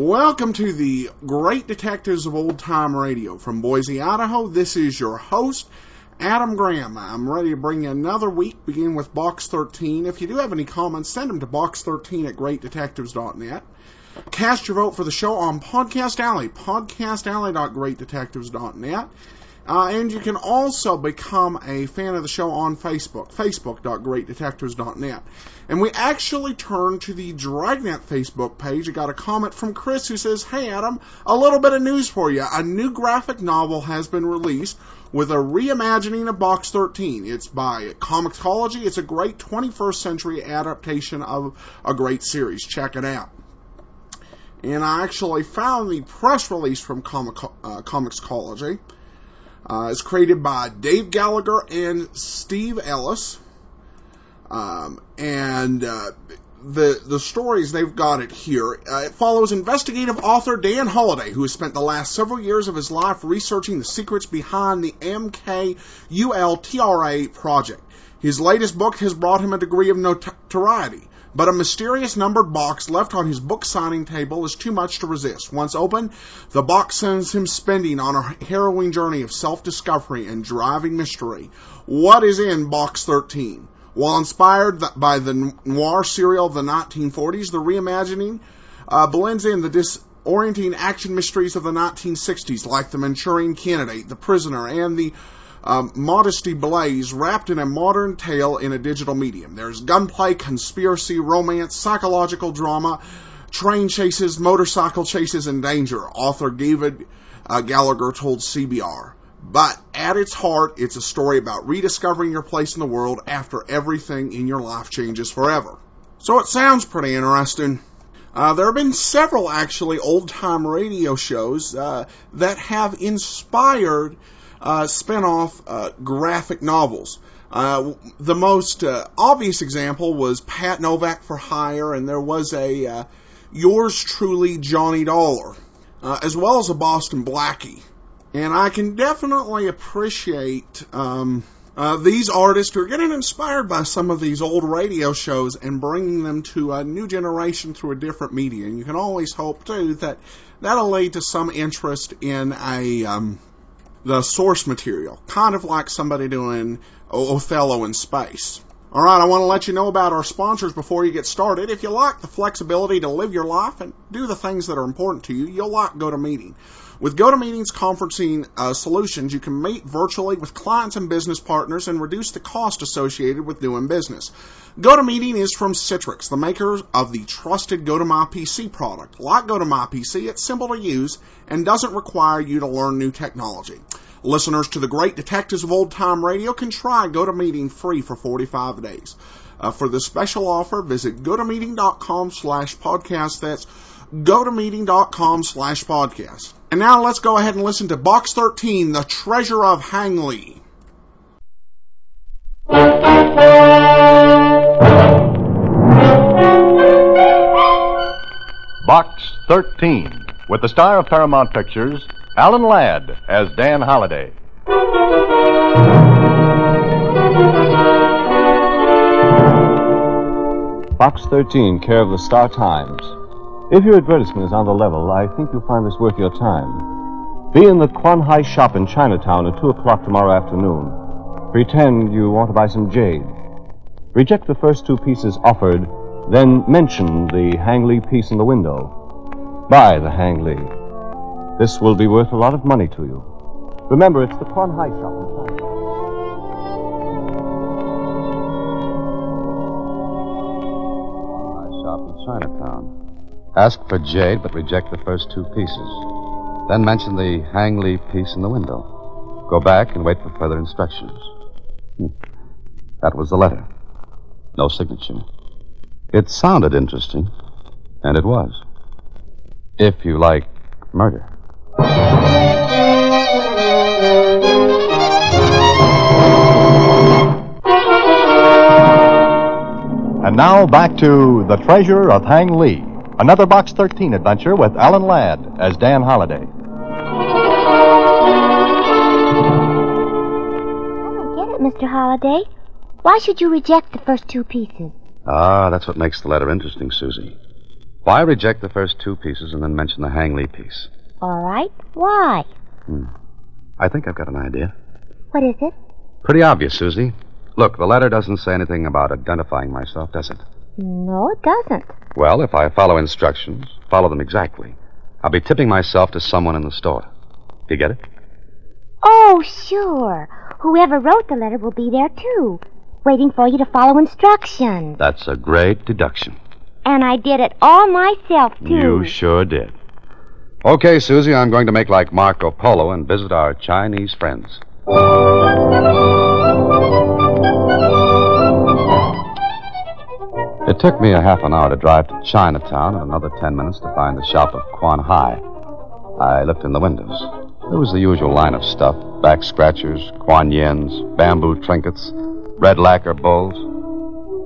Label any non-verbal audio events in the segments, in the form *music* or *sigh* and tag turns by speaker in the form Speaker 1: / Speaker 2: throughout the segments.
Speaker 1: Welcome to the Great Detectives of Old Time Radio from Boise, Idaho. This is your host, Adam Graham. I'm ready to bring you another week, begin with Box 13. If you do have any comments, send them to box13 at greatdetectives.net. Cast your vote for the show on Podcast Alley, podcastalley.greatdetectives.net. Uh, and you can also become a fan of the show on Facebook, facebook.greatdetectives.net. And we actually turned to the Dragnet Facebook page. I got a comment from Chris who says, Hey Adam, a little bit of news for you. A new graphic novel has been released with a reimagining of Box 13. It's by Comixology. It's a great 21st century adaptation of a great series. Check it out and I actually found the press release from Comic, uh, Comicsology. Uh, it's created by Dave Gallagher and Steve Ellis, um, and uh, the the stories they've got it here. Uh, it follows investigative author Dan Holliday, who has spent the last several years of his life researching the secrets behind the MKULTRA project. His latest book has brought him a degree of notoriety but a mysterious numbered box left on his book signing table is too much to resist. Once open, the box sends him spending on a harrowing journey of self discovery and driving mystery. What is in Box 13? While inspired by the noir serial of the 1940s, the reimagining uh, blends in the disorienting action mysteries of the 1960s, like The Manchurian Candidate, The Prisoner, and the um, modesty blaze wrapped in a modern tale in a digital medium. There's gunplay, conspiracy, romance, psychological drama, train chases, motorcycle chases, and danger. Author David uh, Gallagher told CBR. But at its heart, it's a story about rediscovering your place in the world after everything in your life changes forever. So it sounds pretty interesting. Uh, there have been several, actually, old time radio shows uh, that have inspired uh, spin off uh, graphic novels. Uh, the most uh, obvious example was Pat Novak for Hire, and there was a uh, Yours Truly Johnny Dollar, uh, as well as a Boston Blackie. And I can definitely appreciate um, uh, these artists who are getting inspired by some of these old radio shows and bringing them to a new generation through a different media. And you can always hope, too, that that'll lead to some interest in a. Um, the source material, kind of like somebody doing o- Othello in space. All right, I want to let you know about our sponsors before you get started. If you like the flexibility to live your life and do the things that are important to you, you'll like GoToMeeting. With GoToMeeting's conferencing uh, solutions, you can meet virtually with clients and business partners and reduce the cost associated with doing business. GoToMeeting is from Citrix, the makers of the trusted GoToMyPC product. Like GoToMyPC, it's simple to use and doesn't require you to learn new technology. Listeners to the Great Detectives of Old Time Radio can try GoToMeeting free for 45 days. Uh, for this special offer, visit gotomeeting.com slash podcast. That's gotomeeting.com slash podcast. And now let's go ahead and listen to Box 13, The Treasure of Hangley.
Speaker 2: Box 13, with the star of Paramount Pictures, Alan Ladd as Dan Holliday.
Speaker 3: Box 13, care of the Star Times. If your advertisement is on the level, I think you'll find this worth your time. Be in the Quan Hai shop in Chinatown at 2 o'clock tomorrow afternoon. Pretend you want to buy some jade. Reject the first two pieces offered, then mention the Hangley piece in the window. Buy the Hangley. This will be worth a lot of money to you. Remember, it's the Quan Hai shop in Chinatown.
Speaker 4: My shop in Chinatown. Ask for jade, but reject the first two pieces. Then mention the Hangley piece in the window. Go back and wait for further instructions. Hmm. That was the letter. No signature. It sounded interesting, and it was. If you like murder.
Speaker 2: And now back to The Treasure of Hang Lee, another Box 13 adventure with Alan Ladd as Dan Holliday.
Speaker 5: I don't get it, Mr. Holliday. Why should you reject the first two pieces?
Speaker 4: Ah, that's what makes the letter interesting, Susie. Why reject the first two pieces and then mention the Hangley piece?
Speaker 5: All right. Why?
Speaker 4: I think I've got an idea.
Speaker 5: What is it?
Speaker 4: Pretty obvious, Susie. Look, the letter doesn't say anything about identifying myself, does it?
Speaker 5: No, it doesn't.
Speaker 4: Well, if I follow instructions, follow them exactly, I'll be tipping myself to someone in the store. Do you get it?
Speaker 5: Oh, sure. Whoever wrote the letter will be there, too, waiting for you to follow instructions.
Speaker 4: That's a great deduction.
Speaker 5: And I did it all myself, too.
Speaker 4: You sure did. Okay, Susie, I'm going to make like Marco Polo and visit our Chinese friends. It took me a half an hour to drive to Chinatown and another ten minutes to find the shop of Quan Hai. I looked in the windows. There was the usual line of stuff back scratchers, Quan Yins, bamboo trinkets, red lacquer bowls,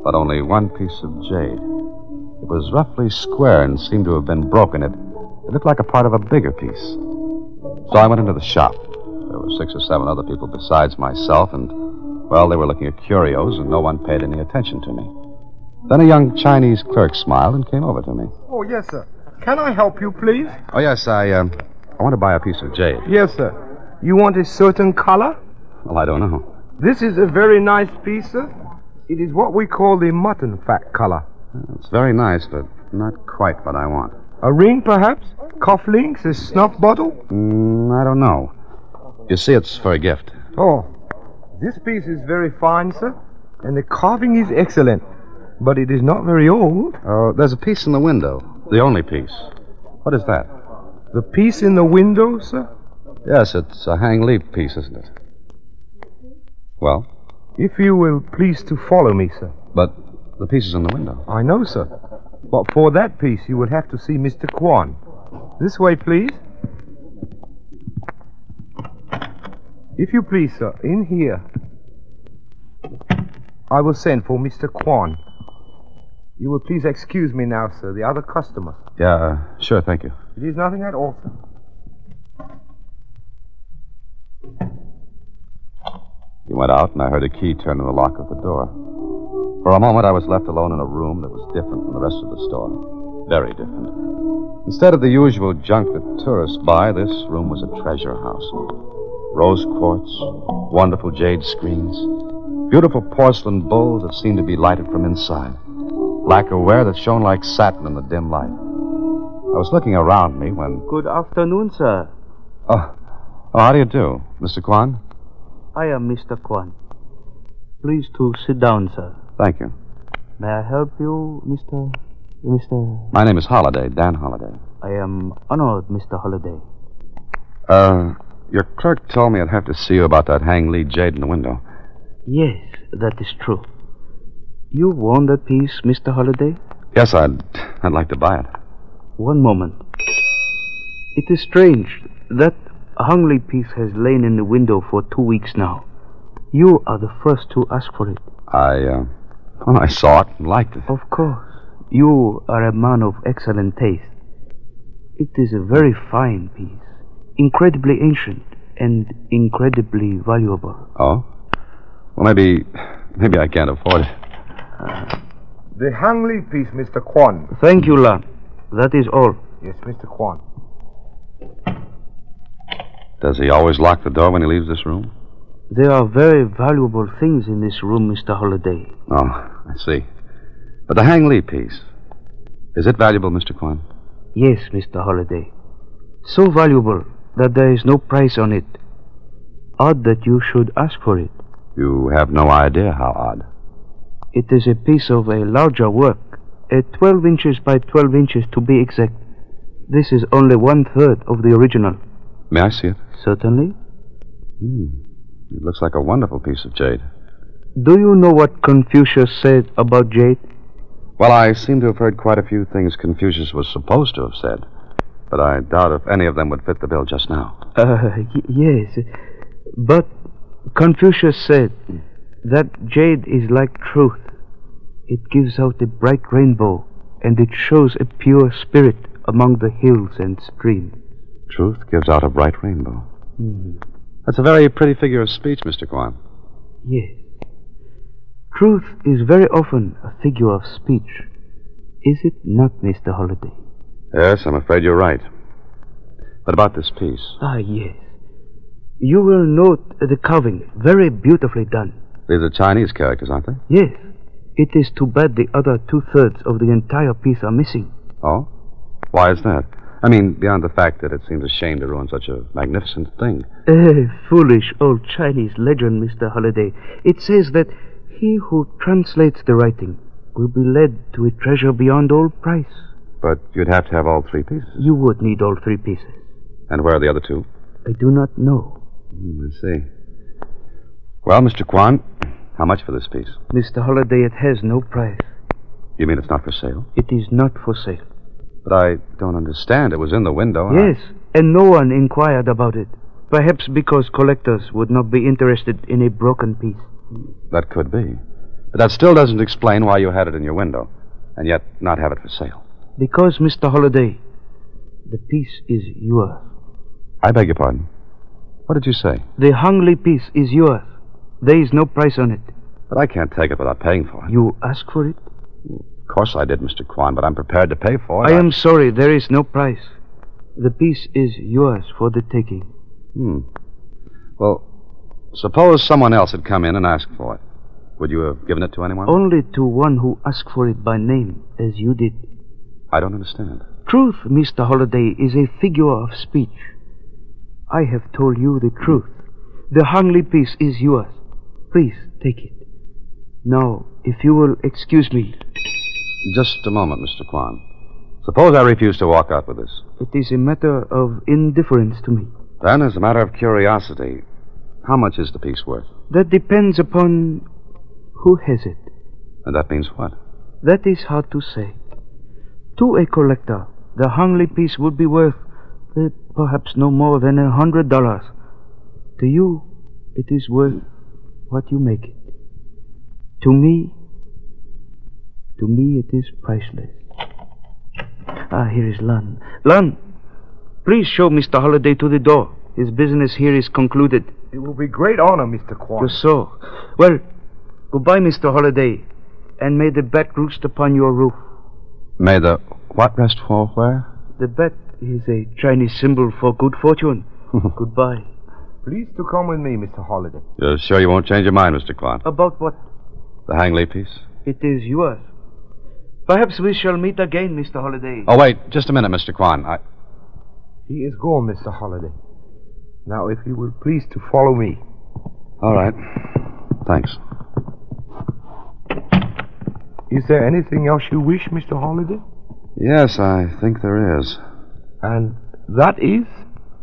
Speaker 4: but only one piece of jade. It was roughly square and seemed to have been broken. It, it looked like a part of a bigger piece. So I went into the shop. There were six or seven other people besides myself, and, well, they were looking at curios, and no one paid any attention to me. Then a young Chinese clerk smiled and came over to me.
Speaker 6: Oh, yes, sir. Can I help you, please?
Speaker 4: Oh, yes, I, um, I want to buy a piece of jade.
Speaker 6: Yes, sir. You want a certain color?
Speaker 4: Well, I don't know.
Speaker 6: This is a very nice piece, sir. It is what we call the mutton fat color.
Speaker 4: It's very nice, but not quite what I want.
Speaker 6: A ring, perhaps? Cufflinks? A snuff bottle?
Speaker 4: Mm, I don't know. You see, it's for a gift.
Speaker 6: Oh, this piece is very fine, sir. And the carving is excellent. But it is not very old.
Speaker 4: Oh, there's a piece in the window. The only piece. What is that?
Speaker 6: The piece in the window, sir?
Speaker 4: Yes, it's a hang leap piece, isn't it? Well,
Speaker 6: If you will please to follow me, sir.
Speaker 4: but the piece is in the window.
Speaker 6: I know, sir. But for that piece, you will have to see Mr. Kwan. This way, please. If you please, sir, in here. I will send for Mr. Kwan. You will please excuse me now, sir, the other customer.
Speaker 4: Yeah, uh, sure, thank you.
Speaker 6: It is nothing at all, sir.
Speaker 4: He went out, and I heard a key turn in the lock of the door. For a moment, I was left alone in a room that was different from the rest of the store. Very different. Instead of the usual junk that tourists buy, this room was a treasure house. Rose quartz, wonderful jade screens, beautiful porcelain bowls that seemed to be lighted from inside, lacquerware that shone like satin in the dim light. I was looking around me when.
Speaker 7: Good afternoon, sir.
Speaker 4: Oh, oh how do you do, Mr. Kwan?
Speaker 7: I am Mr. Kwan. Please to sit down, sir.
Speaker 4: Thank you.
Speaker 7: May I help you, Mr. Mr.
Speaker 4: My name is Holiday, Dan Holiday.
Speaker 7: I am honored, Mr. Holliday.
Speaker 4: Uh, your clerk told me I'd have to see you about that hang Lee jade in the window.
Speaker 7: Yes, that is true. You want that piece, Mr. Holliday?
Speaker 4: Yes, I'd I'd like to buy it.
Speaker 7: One moment. It is strange. That hungry piece has lain in the window for two weeks now. You are the first to ask for it.
Speaker 4: I uh, well, I saw it and liked it.
Speaker 7: Of course. You are a man of excellent taste. It is a very fine piece, incredibly ancient and incredibly valuable.
Speaker 4: Oh, well maybe maybe I can't afford it.
Speaker 6: The Hangley piece, Mr. Kwan.
Speaker 7: Thank you, Lam. That is all.
Speaker 6: Yes, Mr. Kwan.
Speaker 4: Does he always lock the door when he leaves this room?
Speaker 7: There are very valuable things in this room, Mr. Holliday.
Speaker 4: Oh, I see. But the hang Lee piece is it valuable, Mister Kwan?
Speaker 7: Yes, Mr. Holliday. So valuable that there is no price on it. Odd that you should ask for it.
Speaker 4: You have no idea how odd.
Speaker 7: It is a piece of a larger work, a 12 inches by 12 inches to be exact. This is only one third of the original.
Speaker 4: May I see it? Hmm.
Speaker 7: Certainly.
Speaker 4: It looks like a wonderful piece of jade.
Speaker 7: Do you know what Confucius said about jade?
Speaker 4: Well, I seem to have heard quite a few things Confucius was supposed to have said, but I doubt if any of them would fit the bill just now.
Speaker 7: Uh, y- yes. But Confucius said that jade is like truth. It gives out a bright rainbow, and it shows a pure spirit among the hills and streams.
Speaker 4: Truth gives out a bright rainbow. Hmm. That's a very pretty figure of speech, Mr. Kwan.
Speaker 7: Yes. Truth is very often a figure of speech. Is it not, Mr. Holliday?
Speaker 4: Yes, I'm afraid you're right. But about this piece,
Speaker 7: Ah, yes. You will note the carving, very beautifully done.
Speaker 4: these are Chinese characters, aren't they?
Speaker 7: Yes. It is too bad the other two thirds of the entire piece are missing.
Speaker 4: Oh? Why is that? I mean, beyond the fact that it seems a shame to ruin such a magnificent thing.
Speaker 7: Eh, foolish old Chinese legend, Mr. Holliday. It says that he who translates the writing will be led to a treasure beyond all price.
Speaker 4: But you'd have to have all three pieces.
Speaker 7: You would need all three pieces.
Speaker 4: And where are the other two?
Speaker 7: I do not know.
Speaker 4: Hmm, I see. Well, Mr. Kwan, how much for this piece?
Speaker 7: Mr. Holliday, it has no price.
Speaker 4: You mean it's not for sale?
Speaker 7: It is not for sale.
Speaker 4: But I don't understand. It was in the window. and I-
Speaker 7: Yes, and no one inquired about it. Perhaps because collectors would not be interested in a broken piece.
Speaker 4: That could be. But that still doesn't explain why you had it in your window and yet not have it for sale.
Speaker 7: Because, Mr. Holliday, the piece is yours.
Speaker 4: I beg your pardon. What did you say?
Speaker 7: The Hungley piece is yours. There is no price on it.
Speaker 4: But I can't take it without paying for it.
Speaker 7: You ask for it?
Speaker 4: Of course I did, Mr. Kwan, but I'm prepared to pay for
Speaker 7: I
Speaker 4: it.
Speaker 7: am sorry, there is no price. The piece is yours for the taking.
Speaker 4: Hmm. Well, suppose someone else had come in and asked for it. Would you have given it to anyone?
Speaker 7: Only to one who asked for it by name, as you did.
Speaker 4: I don't understand.
Speaker 7: Truth, Mr. Holliday, is a figure of speech. I have told you the truth. The Hungley piece is yours. Please take it. Now, if you will excuse me,
Speaker 4: Just a moment, Mr. Kwan. Suppose I refuse to walk out with this.
Speaker 7: it is a matter of indifference to me.
Speaker 4: Then, as a matter of curiosity, how much is the piece worth?
Speaker 7: That depends upon who has it.
Speaker 4: And that means what?
Speaker 7: That is hard to say. To a collector, the Hungley piece would be worth eh, perhaps no more than a hundred dollars. To you, it is worth what you make it. To me, to me, it is priceless. Ah, here is Lun. Lun, please show Mr. Holliday to the door. His business here is concluded.
Speaker 6: It will be great honor, Mr. Quan.
Speaker 7: Just so. Well, goodbye, Mr. Holliday, and may the bat roost upon your roof.
Speaker 4: May the what rest for where? *laughs*
Speaker 7: The bat is a Chinese symbol for good fortune. Goodbye.
Speaker 6: Pleased to come with me, Mr. Holliday.
Speaker 4: You're sure you won't change your mind, Mr. Kwan?
Speaker 7: About what?
Speaker 4: The Hangley piece?
Speaker 7: It is yours. Perhaps we shall meet again, Mr. Holliday.
Speaker 4: Oh, wait, just a minute, Mr. Kwan. I...
Speaker 6: He is gone, Mr. Holliday. Now, if you will please to follow me.
Speaker 4: All right. Thanks.
Speaker 6: Is there anything else you wish, Mr. Holliday?
Speaker 4: Yes, I think there is.
Speaker 6: And that is?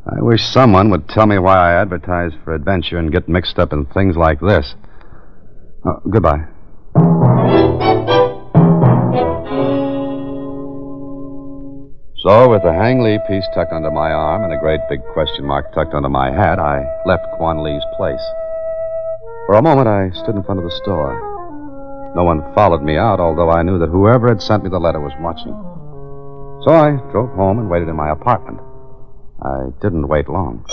Speaker 4: I wish someone would tell me why I advertise for adventure and get mixed up in things like this. Uh, goodbye. So, with the Hangley piece tucked under my arm and a great big question mark tucked under my hat, I left Quan Lee's place. For a moment, I stood in front of the store. No one followed me out, although I knew that whoever had sent me the letter was watching. So I drove home and waited in my apartment. I didn't wait long.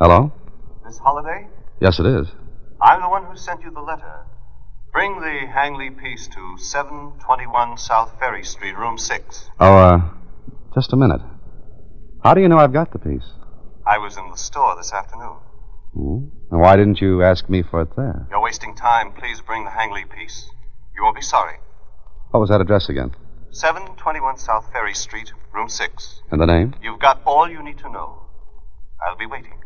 Speaker 4: Hello?
Speaker 8: Miss Holliday,
Speaker 4: Yes, it is.
Speaker 8: I'm the one who sent you the letter. Bring the Hangley piece to 721 South Ferry Street, room 6.
Speaker 4: Oh, uh, just a minute. How do you know I've got the piece?
Speaker 8: I was in the store this afternoon.
Speaker 4: Hmm? And why didn't you ask me for it there?
Speaker 8: You're wasting time. Please bring the Hangley piece. You won't be sorry.
Speaker 4: What was that address again?
Speaker 8: 721 South Ferry Street, room 6.
Speaker 4: And the name?
Speaker 8: You've got all you need to know. I'll be waiting.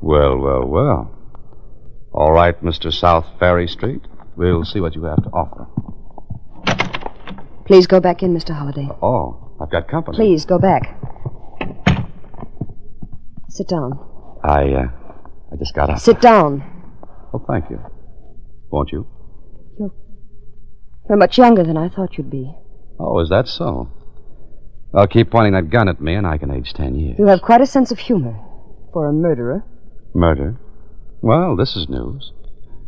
Speaker 4: Well, well, well. All right, Mr. South Ferry Street. We'll see what you have to offer.
Speaker 9: Please go back in, Mr. Holliday.
Speaker 4: Oh, I've got company.
Speaker 9: Please go back. Sit down.
Speaker 4: I, uh, I just got up.
Speaker 9: Sit down.
Speaker 4: Oh, thank you. Won't you?
Speaker 9: You're much younger than I thought you'd be.
Speaker 4: Oh, is that so? Well, keep pointing that gun at me, and I can age ten years.
Speaker 9: You have quite a sense of humor for a murderer.
Speaker 4: Murder? Well, this is news.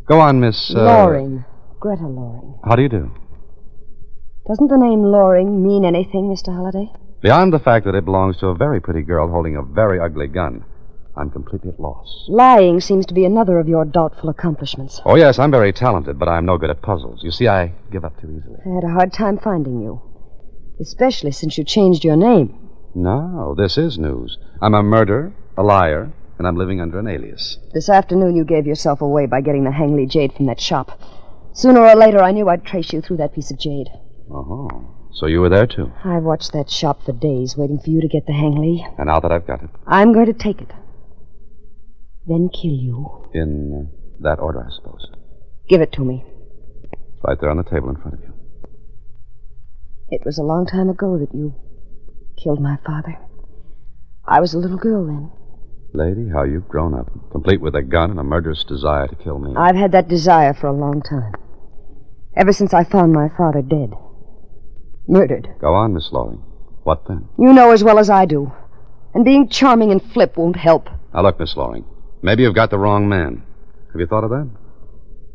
Speaker 4: Go on, Miss. Uh,
Speaker 9: Loring. Greta Loring.
Speaker 4: How do you do?
Speaker 9: Doesn't the name Loring mean anything, Mr. Holliday?
Speaker 4: Beyond the fact that it belongs to a very pretty girl holding a very ugly gun, I'm completely at loss.
Speaker 9: Lying seems to be another of your doubtful accomplishments.
Speaker 4: Oh, yes, I'm very talented, but I'm no good at puzzles. You see, I give up too easily.
Speaker 9: I had a hard time finding you, especially since you changed your name.
Speaker 4: No, this is news. I'm a murderer, a liar, and I'm living under an alias.
Speaker 9: This afternoon, you gave yourself away by getting the Hangley jade from that shop. Sooner or later, I knew I'd trace you through that piece of jade.
Speaker 4: Oh. So you were there, too.
Speaker 9: I watched that shop for days, waiting for you to get the Hangley.
Speaker 4: And now that I've got it,
Speaker 9: I'm going to take it. Then kill you.
Speaker 4: in uh, that order, I suppose.
Speaker 9: Give it to me.
Speaker 4: It's right there on the table in front of you.
Speaker 9: It was a long time ago that you killed my father. I was a little girl then.
Speaker 4: Lady, how you've grown up, complete with a gun and a murderous desire to kill me.
Speaker 9: I've had that desire for a long time. Ever since I found my father dead. Murdered.
Speaker 4: Go on, Miss Loring. What then?
Speaker 9: You know as well as I do. And being charming and flip won't help.
Speaker 4: Now, look, Miss Loring, maybe you've got the wrong man. Have you thought of that?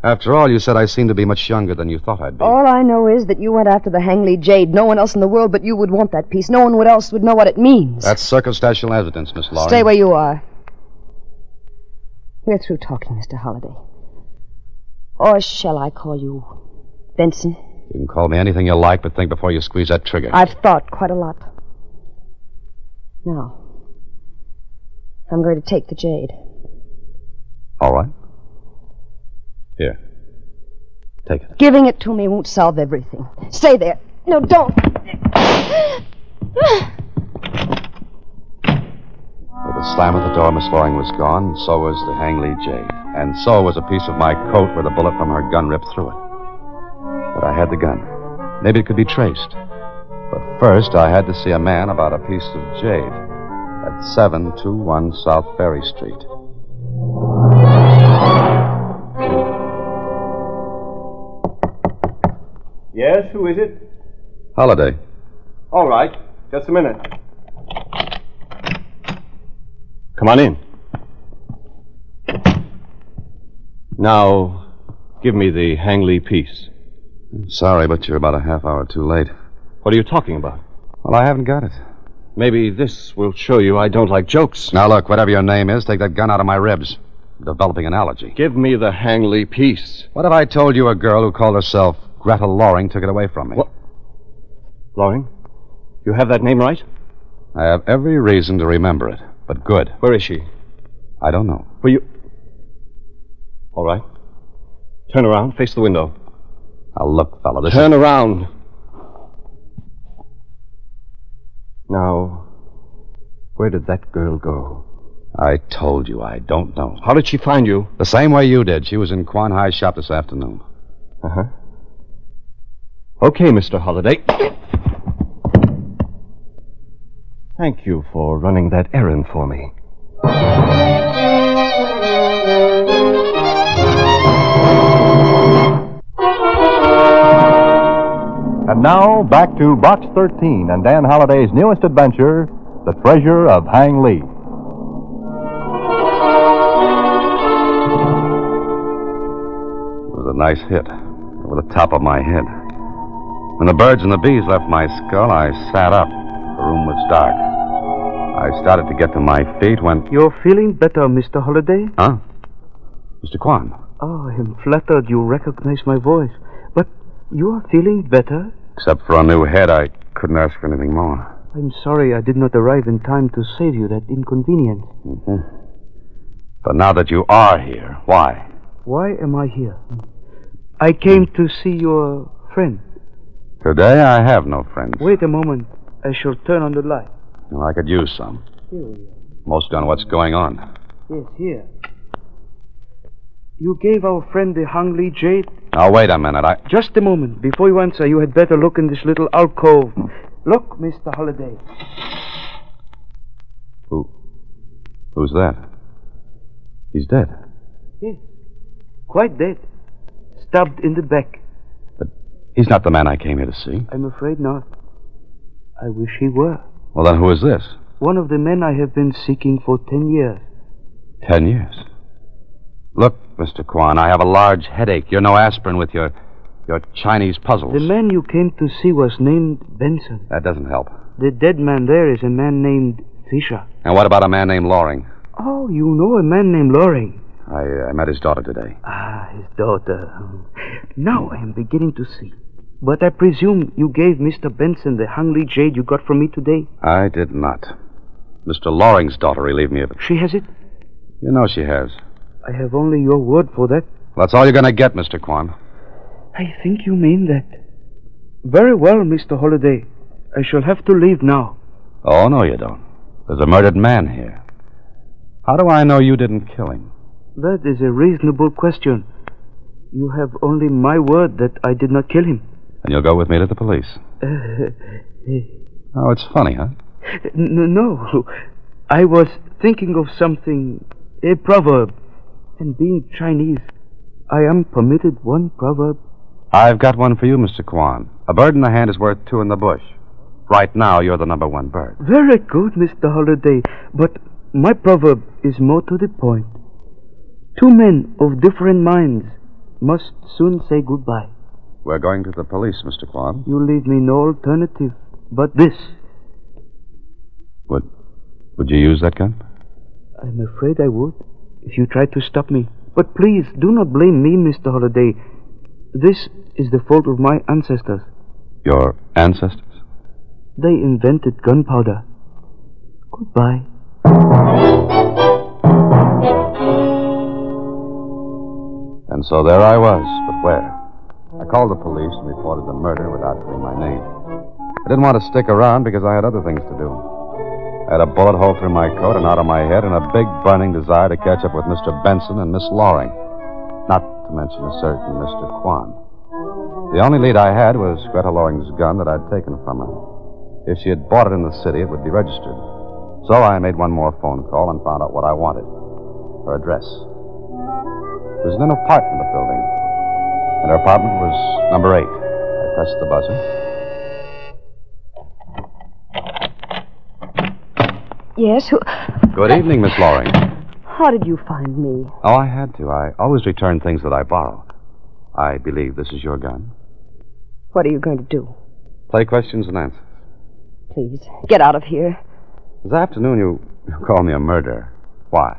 Speaker 4: After all, you said I seemed to be much younger than you thought I'd be.
Speaker 9: All I know is that you went after the Hangley Jade. No one else in the world but you would want that piece. No one would else would know what it means.
Speaker 4: That's circumstantial evidence, Miss Loring.
Speaker 9: Stay where you are. We're through talking, Mr. Holliday. Or shall I call you Benson?
Speaker 4: You can call me anything you like, but think before you squeeze that trigger.
Speaker 9: I've thought quite a lot. Now, I'm going to take the jade.
Speaker 4: All right. Here. Take it.
Speaker 9: Giving it to me won't solve everything. Stay there. No, don't.
Speaker 4: With a slam of the door, Miss Loring was gone, and so was the Hangley jade. And so was a piece of my coat where the bullet from her gun ripped through it. But I had the gun. Maybe it could be traced. But first, I had to see a man about a piece of jade at 721 South Ferry Street.
Speaker 10: Yes, who is it?
Speaker 4: Holiday.
Speaker 10: All right. Just a minute.
Speaker 3: Come on in. Now, give me the Hangley piece.
Speaker 4: I'm sorry, but you're about a half hour too late.
Speaker 3: What are you talking about?
Speaker 4: Well, I haven't got it.
Speaker 3: Maybe this will show you I don't like jokes.
Speaker 4: Now, look, whatever your name is, take that gun out of my ribs. I'm developing an allergy.
Speaker 3: Give me the Hangley piece.
Speaker 4: What if I told you a girl who called herself Greta Loring took it away from me?
Speaker 3: What? Loring, you have that name right?
Speaker 4: I have every reason to remember it, but good.
Speaker 3: Where is she?
Speaker 4: I don't know.
Speaker 3: Were you. All right. Turn around, face the window.
Speaker 4: Now, look, fella, this
Speaker 3: Turn around. Now, where did that girl go?
Speaker 4: I told you I don't know.
Speaker 3: How did she find you?
Speaker 4: The same way you did. She was in Quan High's shop this afternoon.
Speaker 3: Uh huh. Okay, Mr. Holliday. Thank you for running that errand for me.
Speaker 2: And now, back to Box 13 and Dan Holliday's newest adventure, The Treasure of Hang Lee.
Speaker 4: It was a nice hit over the top of my head. When the birds and the bees left my skull, I sat up. The room was dark. I started to get to my feet when.
Speaker 7: You're feeling better, Mr. Holliday?
Speaker 4: Huh? Mr. Kwan.
Speaker 7: Oh, I'm flattered you recognize my voice. But you are feeling better?
Speaker 4: Except for a new head, I couldn't ask for anything more.
Speaker 7: I'm sorry I did not arrive in time to save you that inconvenience.
Speaker 4: Mm-hmm. But now that you are here, why?
Speaker 7: Why am I here? I came to see your friend.
Speaker 4: Today I have no friends.
Speaker 7: Wait a moment. I shall turn on the light.
Speaker 4: Well, I could use some.
Speaker 7: Here we are.
Speaker 4: Most on what's going on.
Speaker 7: Yes, here. You gave our friend the Hungly jade.
Speaker 4: Now, wait a minute. I.
Speaker 7: Just a moment. Before you answer, you had better look in this little alcove. Look, Mr. Holliday.
Speaker 4: Who? Who's that? He's dead.
Speaker 7: Yes. Quite dead. Stabbed in the back.
Speaker 4: He's not the man I came here to see.
Speaker 7: I'm afraid not. I wish he were.
Speaker 4: Well, then who is this?
Speaker 7: One of the men I have been seeking for ten years.
Speaker 4: Ten years. Look, Mr. Kwan, I have a large headache. You're no aspirin with your your Chinese puzzles.
Speaker 7: The man you came to see was named Benson.
Speaker 4: That doesn't help.
Speaker 7: The dead man there is a man named Fisher.
Speaker 4: And what about a man named Loring?
Speaker 7: Oh, you know a man named Loring.
Speaker 4: I, uh, I met his daughter today.
Speaker 7: Ah, his daughter. Now I am beginning to see. But I presume you gave Mr. Benson the Hungley jade you got from me today.
Speaker 4: I did not. Mr. Loring's daughter relieved me of it.
Speaker 7: She has it?
Speaker 4: You know she has.
Speaker 7: I have only your word for that.
Speaker 4: That's all you're going to get, Mr. Quan.
Speaker 7: I think you mean that. Very well, Mr. Holliday. I shall have to leave now.
Speaker 4: Oh, no, you don't. There's a murdered man here. How do I know you didn't kill him?
Speaker 7: That is a reasonable question. You have only my word that I did not kill him.
Speaker 4: And you'll go with me to the police.
Speaker 7: *laughs*
Speaker 4: Oh, it's funny, huh?
Speaker 7: N- No, I was thinking of something, a proverb. And being Chinese, I am permitted one proverb.
Speaker 4: I've got one for you, Mr. Kwan. A bird in the hand is worth two in the bush. Right now, you're the number one bird.
Speaker 7: Very good, Mr. Holliday, but my proverb is more to the point. Two men of different minds must soon say goodbye.
Speaker 4: We're going to the police, Mr. Kwan.
Speaker 7: You leave me no alternative but this.
Speaker 4: Would, would you use that gun?
Speaker 7: I'm afraid I would, if you tried to stop me. But please, do not blame me, Mr. Holliday. This is the fault of my ancestors.
Speaker 4: Your ancestors?
Speaker 7: They invented gunpowder. Goodbye.
Speaker 4: And so there I was, but where? I called the police and reported the murder without giving my name. I didn't want to stick around because I had other things to do. I had a bullet hole through my coat and out of my head and a big burning desire to catch up with Mr. Benson and Miss Loring, not to mention a certain Mr. Kwan. The only lead I had was Greta Loring's gun that I'd taken from her. If she had bought it in the city, it would be registered. So I made one more phone call and found out what I wanted her address. It was in an apartment building, and her apartment was number eight. I pressed the buzzer.
Speaker 9: Yes, who?
Speaker 4: Good evening, Miss Loring.
Speaker 9: How did you find me?
Speaker 4: Oh, I had to. I always return things that I borrow. I believe this is your gun.
Speaker 9: What are you going to do?
Speaker 4: Play questions and answers.
Speaker 9: Please, get out of here.
Speaker 4: This afternoon, you, you called me a murderer. Why?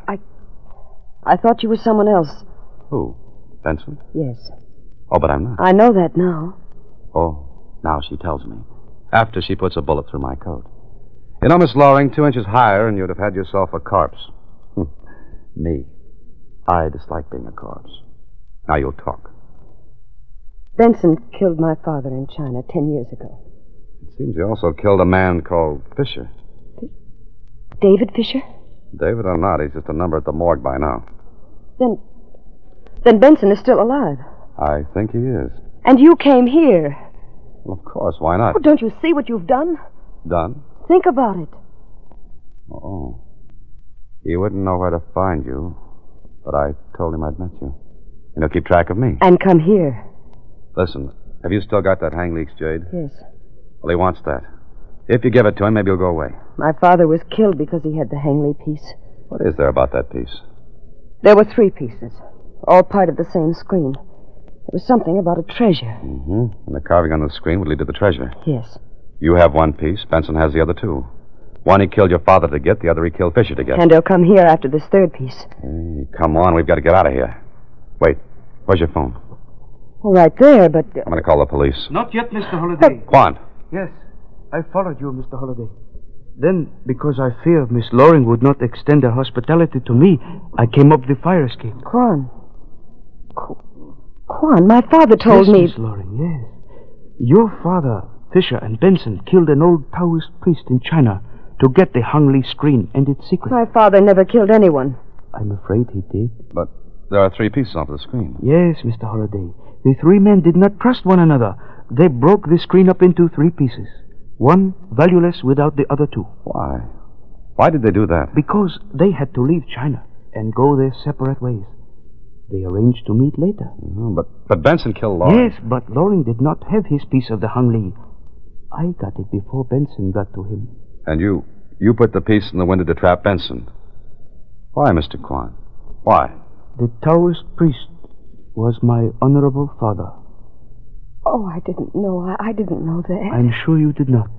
Speaker 9: I thought you were someone else.
Speaker 4: Who? Benson?
Speaker 9: Yes.
Speaker 4: Oh, but I'm not.
Speaker 9: I know that now.
Speaker 4: Oh, now she tells me. After she puts a bullet through my coat. You know, Miss Loring, two inches higher, and you'd have had yourself a corpse. *laughs* Hmm. me. I dislike being a corpse. Now you'll talk.
Speaker 9: Benson killed my father in China ten years ago.
Speaker 4: It seems you also killed a man called Fisher.
Speaker 9: David Fisher?
Speaker 4: David or not, he's just a number at the morgue by now.
Speaker 9: Then. Then Benson is still alive.
Speaker 4: I think he is.
Speaker 9: And you came here.
Speaker 4: Well, of course, why not?
Speaker 9: Oh, don't you see what you've done?
Speaker 4: Done?
Speaker 9: Think about it.
Speaker 4: Oh. He wouldn't know where to find you, but I told him I'd met you. And he'll keep track of me.
Speaker 9: And come here.
Speaker 4: Listen, have you still got that hang leaks, Jade?
Speaker 9: Yes.
Speaker 4: Well, he wants that. If you give it to him, maybe he'll go away.
Speaker 9: My father was killed because he had the Hangley piece.
Speaker 4: What is there about that piece?
Speaker 9: There were three pieces, all part of the same screen. It was something about a treasure.
Speaker 4: hmm And the carving on the screen would lead to the treasure.
Speaker 9: Yes.
Speaker 4: You have one piece, Benson has the other two. One he killed your father to get, the other he killed Fisher to get.
Speaker 9: And he'll come here after this third piece.
Speaker 4: Hey, Mm, come on, we've got to get out of here. Wait, where's your phone?
Speaker 9: All right there, but. uh,
Speaker 4: I'm going to call the police.
Speaker 7: Not yet, Mr. Holliday.
Speaker 4: Quan,
Speaker 7: Yes, I followed you, Mr. Holliday. Then, because I fear Miss Loring would not extend her hospitality to me, I came up the fire escape.
Speaker 9: Quan. Qu- Quan, my father told
Speaker 7: yes,
Speaker 9: me.
Speaker 7: Miss Loring, yes. Your father, Fisher and Benson, killed an old Taoist priest in China to get the Hung Li screen and its secret.
Speaker 9: My father never killed anyone.
Speaker 7: I'm afraid he did.
Speaker 4: but there are three pieces off the screen.
Speaker 7: Yes, Mr. Holliday. The three men did not trust one another. They broke the screen up into three pieces. One valueless without the other two.
Speaker 4: Why? Why did they do that?
Speaker 7: Because they had to leave China and go their separate ways. They arranged to meet later.
Speaker 4: Mhm, But but Benson killed Laura.
Speaker 7: Yes, but Loring did not have his piece of the Hung Li. I got it before Benson got to him.
Speaker 4: And you you put the piece in the window to trap Benson. Why, Mr. Quan? Why?
Speaker 7: The Taoist priest was my honorable father.
Speaker 9: Oh, I didn't know. I, I didn't know that.
Speaker 7: I'm sure you did not.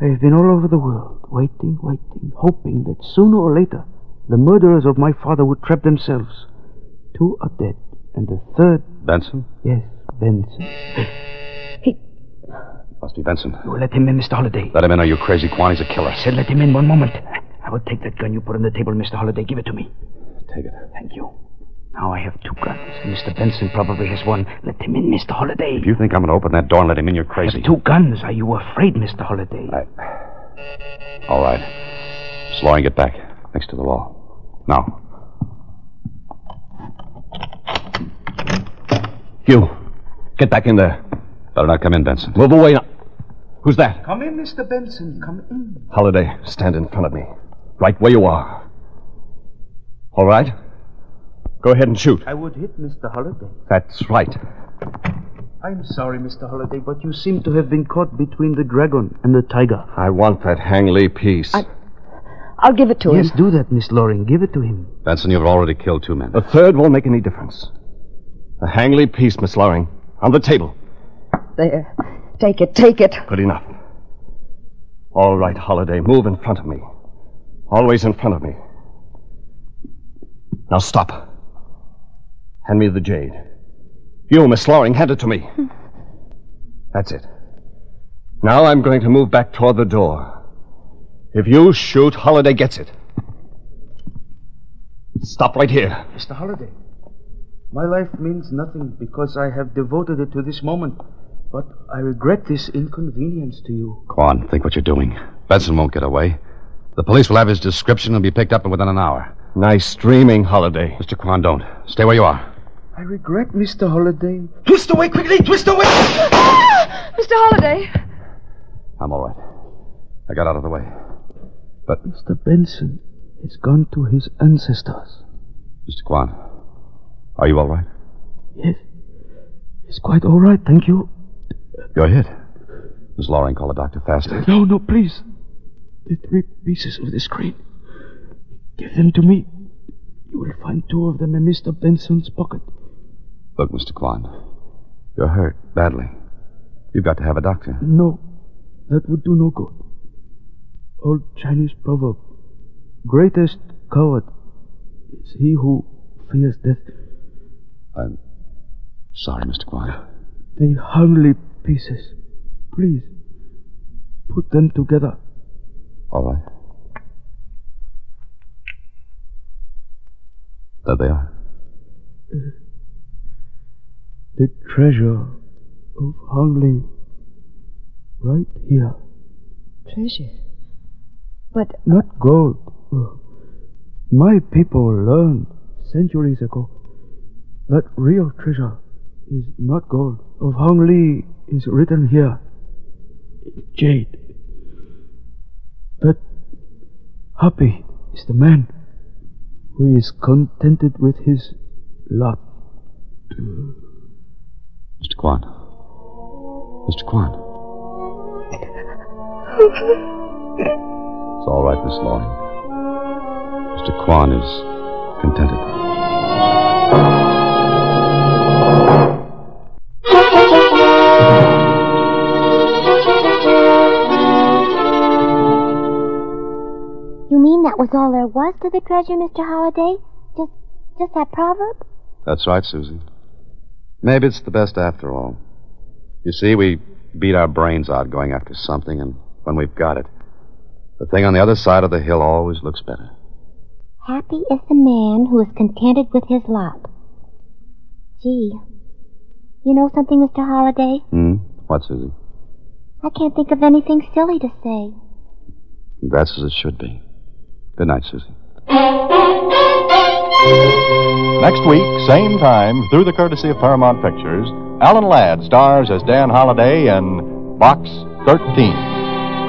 Speaker 7: I I've been all over the world, waiting, waiting, hoping that sooner or later the murderers of my father would trap themselves. Two are dead, and the third,
Speaker 4: Benson?
Speaker 7: yes, Benson.
Speaker 4: Must be Benson.
Speaker 7: You let him in, Mr. Holliday.
Speaker 4: Let him in, or you crazy Quan. He's a killer.
Speaker 7: I said let him in one moment. I will take that gun you put on the table, Mr. Holliday. Give it to me.
Speaker 4: Take it.
Speaker 7: Thank you. Now I have two guns. Mr. Benson probably has one. Let him in, Mr. Holliday.
Speaker 4: If you think I'm going to open that door and let him in, you're
Speaker 7: I
Speaker 4: crazy.
Speaker 7: have two guns. Are you afraid, Mr. Holliday? I...
Speaker 4: All right. Slow and get back. Next to the wall. Now. You. Get back in there. Better not come in, Benson. Move away now. Who's that?
Speaker 7: Come in, Mr. Benson. Come in.
Speaker 3: Holiday, stand in front of me. Right where you are. All right? Go ahead and shoot.
Speaker 7: I would hit Mr. Holliday.
Speaker 3: That's right.
Speaker 7: I'm sorry, Mr. Holliday, but you seem to have been caught between the dragon and the tiger.
Speaker 3: I want that Hangley piece.
Speaker 9: I'll give it to him.
Speaker 7: yes, do that, Miss Loring. Give it to him.
Speaker 4: Benson, you've already killed two men.
Speaker 3: The third won't make any difference. The Hangley piece, Miss Loring, on the table.
Speaker 9: There. Take it, take it.
Speaker 3: Good enough. All right, Holiday, move in front of me. Always in front of me. Now stop. Hand me the jade. You, Miss Loring, hand it to me. That's it. Now I'm going to move back toward the door. If you shoot, Holiday gets it. Stop right here.
Speaker 7: Mr. Holliday, my life means nothing because I have devoted it to this moment. But I regret this inconvenience to you.
Speaker 4: Quan, think what you're doing. Benson won't get away. The police will have his description and be picked up within an hour.
Speaker 3: Nice dreaming, Holiday.
Speaker 4: Mr. Quan, don't. Stay where you are.
Speaker 7: I regret, Mr. Holliday.
Speaker 11: Twist away quickly! Twist away!
Speaker 12: Mr. Holliday.
Speaker 4: I'm all right. I got out of the way. But,
Speaker 7: Mr. Benson has gone to his ancestors.
Speaker 4: Mr. Quan, are you all right?
Speaker 7: Yes. It's quite all right, thank you.
Speaker 4: You're hit. Miss Loring, call a doctor faster.
Speaker 7: No, no, please. The three pieces of the screen. Give them to me. You will find two of them in Mr. Benson's pocket.
Speaker 4: Look, Mr. Quan, you're hurt badly. You've got to have a doctor.
Speaker 7: No, that would do no good. Old Chinese proverb greatest coward is he who fears death.
Speaker 4: I'm sorry, Mr. Quan.
Speaker 7: They only pieces. Please, put them together.
Speaker 4: All right. There they are.
Speaker 7: The treasure of Hangley, right here.
Speaker 9: Treasure. But
Speaker 7: Not gold. Uh, My people learned centuries ago that real treasure is not gold. Of Hong Li is written here. Jade. That happy is the man who is contented with his lot.
Speaker 4: Mr. Quan. Mr. Quan. It's all right, Miss Loring. Mr. Quan is contented.
Speaker 5: You mean that was all there was to the treasure, Mr. Holliday? Just, just that proverb?
Speaker 4: That's right, Susie. Maybe it's the best after all. You see, we beat our brains out going after something, and when we've got it, the thing on the other side of the hill always looks better.
Speaker 5: Happy is the man who is contented with his lot. Gee. You know something, Mr. Holliday?
Speaker 4: Hmm? What, Susie?
Speaker 5: I can't think of anything silly to say.
Speaker 4: That's as it should be. Good night, Susie.
Speaker 2: Next week, same time, through the courtesy of Paramount Pictures, Alan Ladd stars as Dan Holliday in Box 13.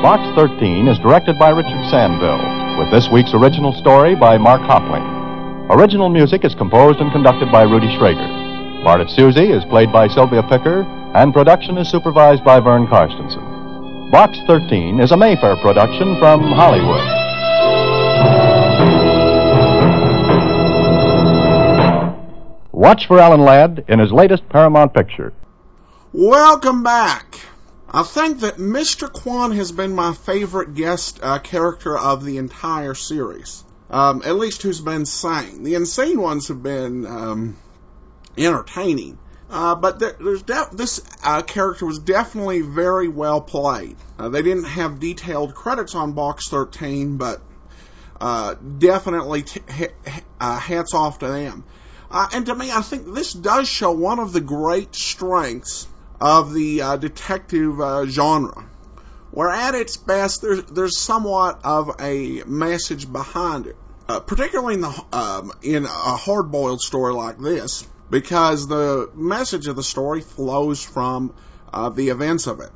Speaker 2: Box 13 is directed by Richard Sandville, with this week's original story by Mark Hopling. Original music is composed and conducted by Rudy Schrager. Bartlett Susie is played by Sylvia Picker, and production is supervised by Vern Karstensen. Box 13 is a Mayfair production from Hollywood. Watch for Alan Ladd in his latest Paramount picture.
Speaker 1: Welcome back. I think that Mr. Kwan has been my favorite guest uh, character of the entire series, um, at least who's been sane. The insane ones have been um, entertaining, uh, but there, there's de- this uh, character was definitely very well played. Uh, they didn't have detailed credits on Box 13, but uh, definitely t- ha- uh, hats off to them. Uh, and to me, I think this does show one of the great strengths of the uh, detective uh, genre, where at its best, there's, there's somewhat of a message behind it, uh, particularly in, the, um, in a hard boiled story like this, because the message of the story flows from uh, the events of it.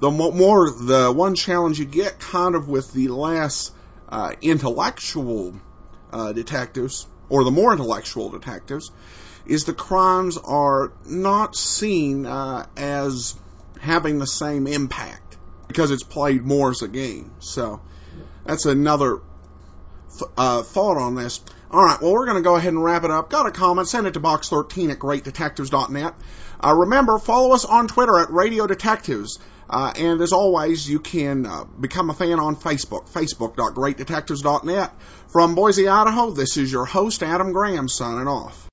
Speaker 1: The mo- more the one challenge you get, kind of with the less uh, intellectual uh, detectives, or the more intellectual detectives, is the crimes are not seen uh, as having the same impact because it's played more as a game. So that's another th- uh, thought on this. All right, well, we're going to go ahead and wrap it up. Got a comment? Send it to box13 at greatdetectives.net. Uh, remember, follow us on Twitter at Radio Detectives. Uh, and as always, you can uh, become a fan on Facebook, facebook.greatdetectives.net. From Boise, Idaho, this is your host, Adam Graham, signing off.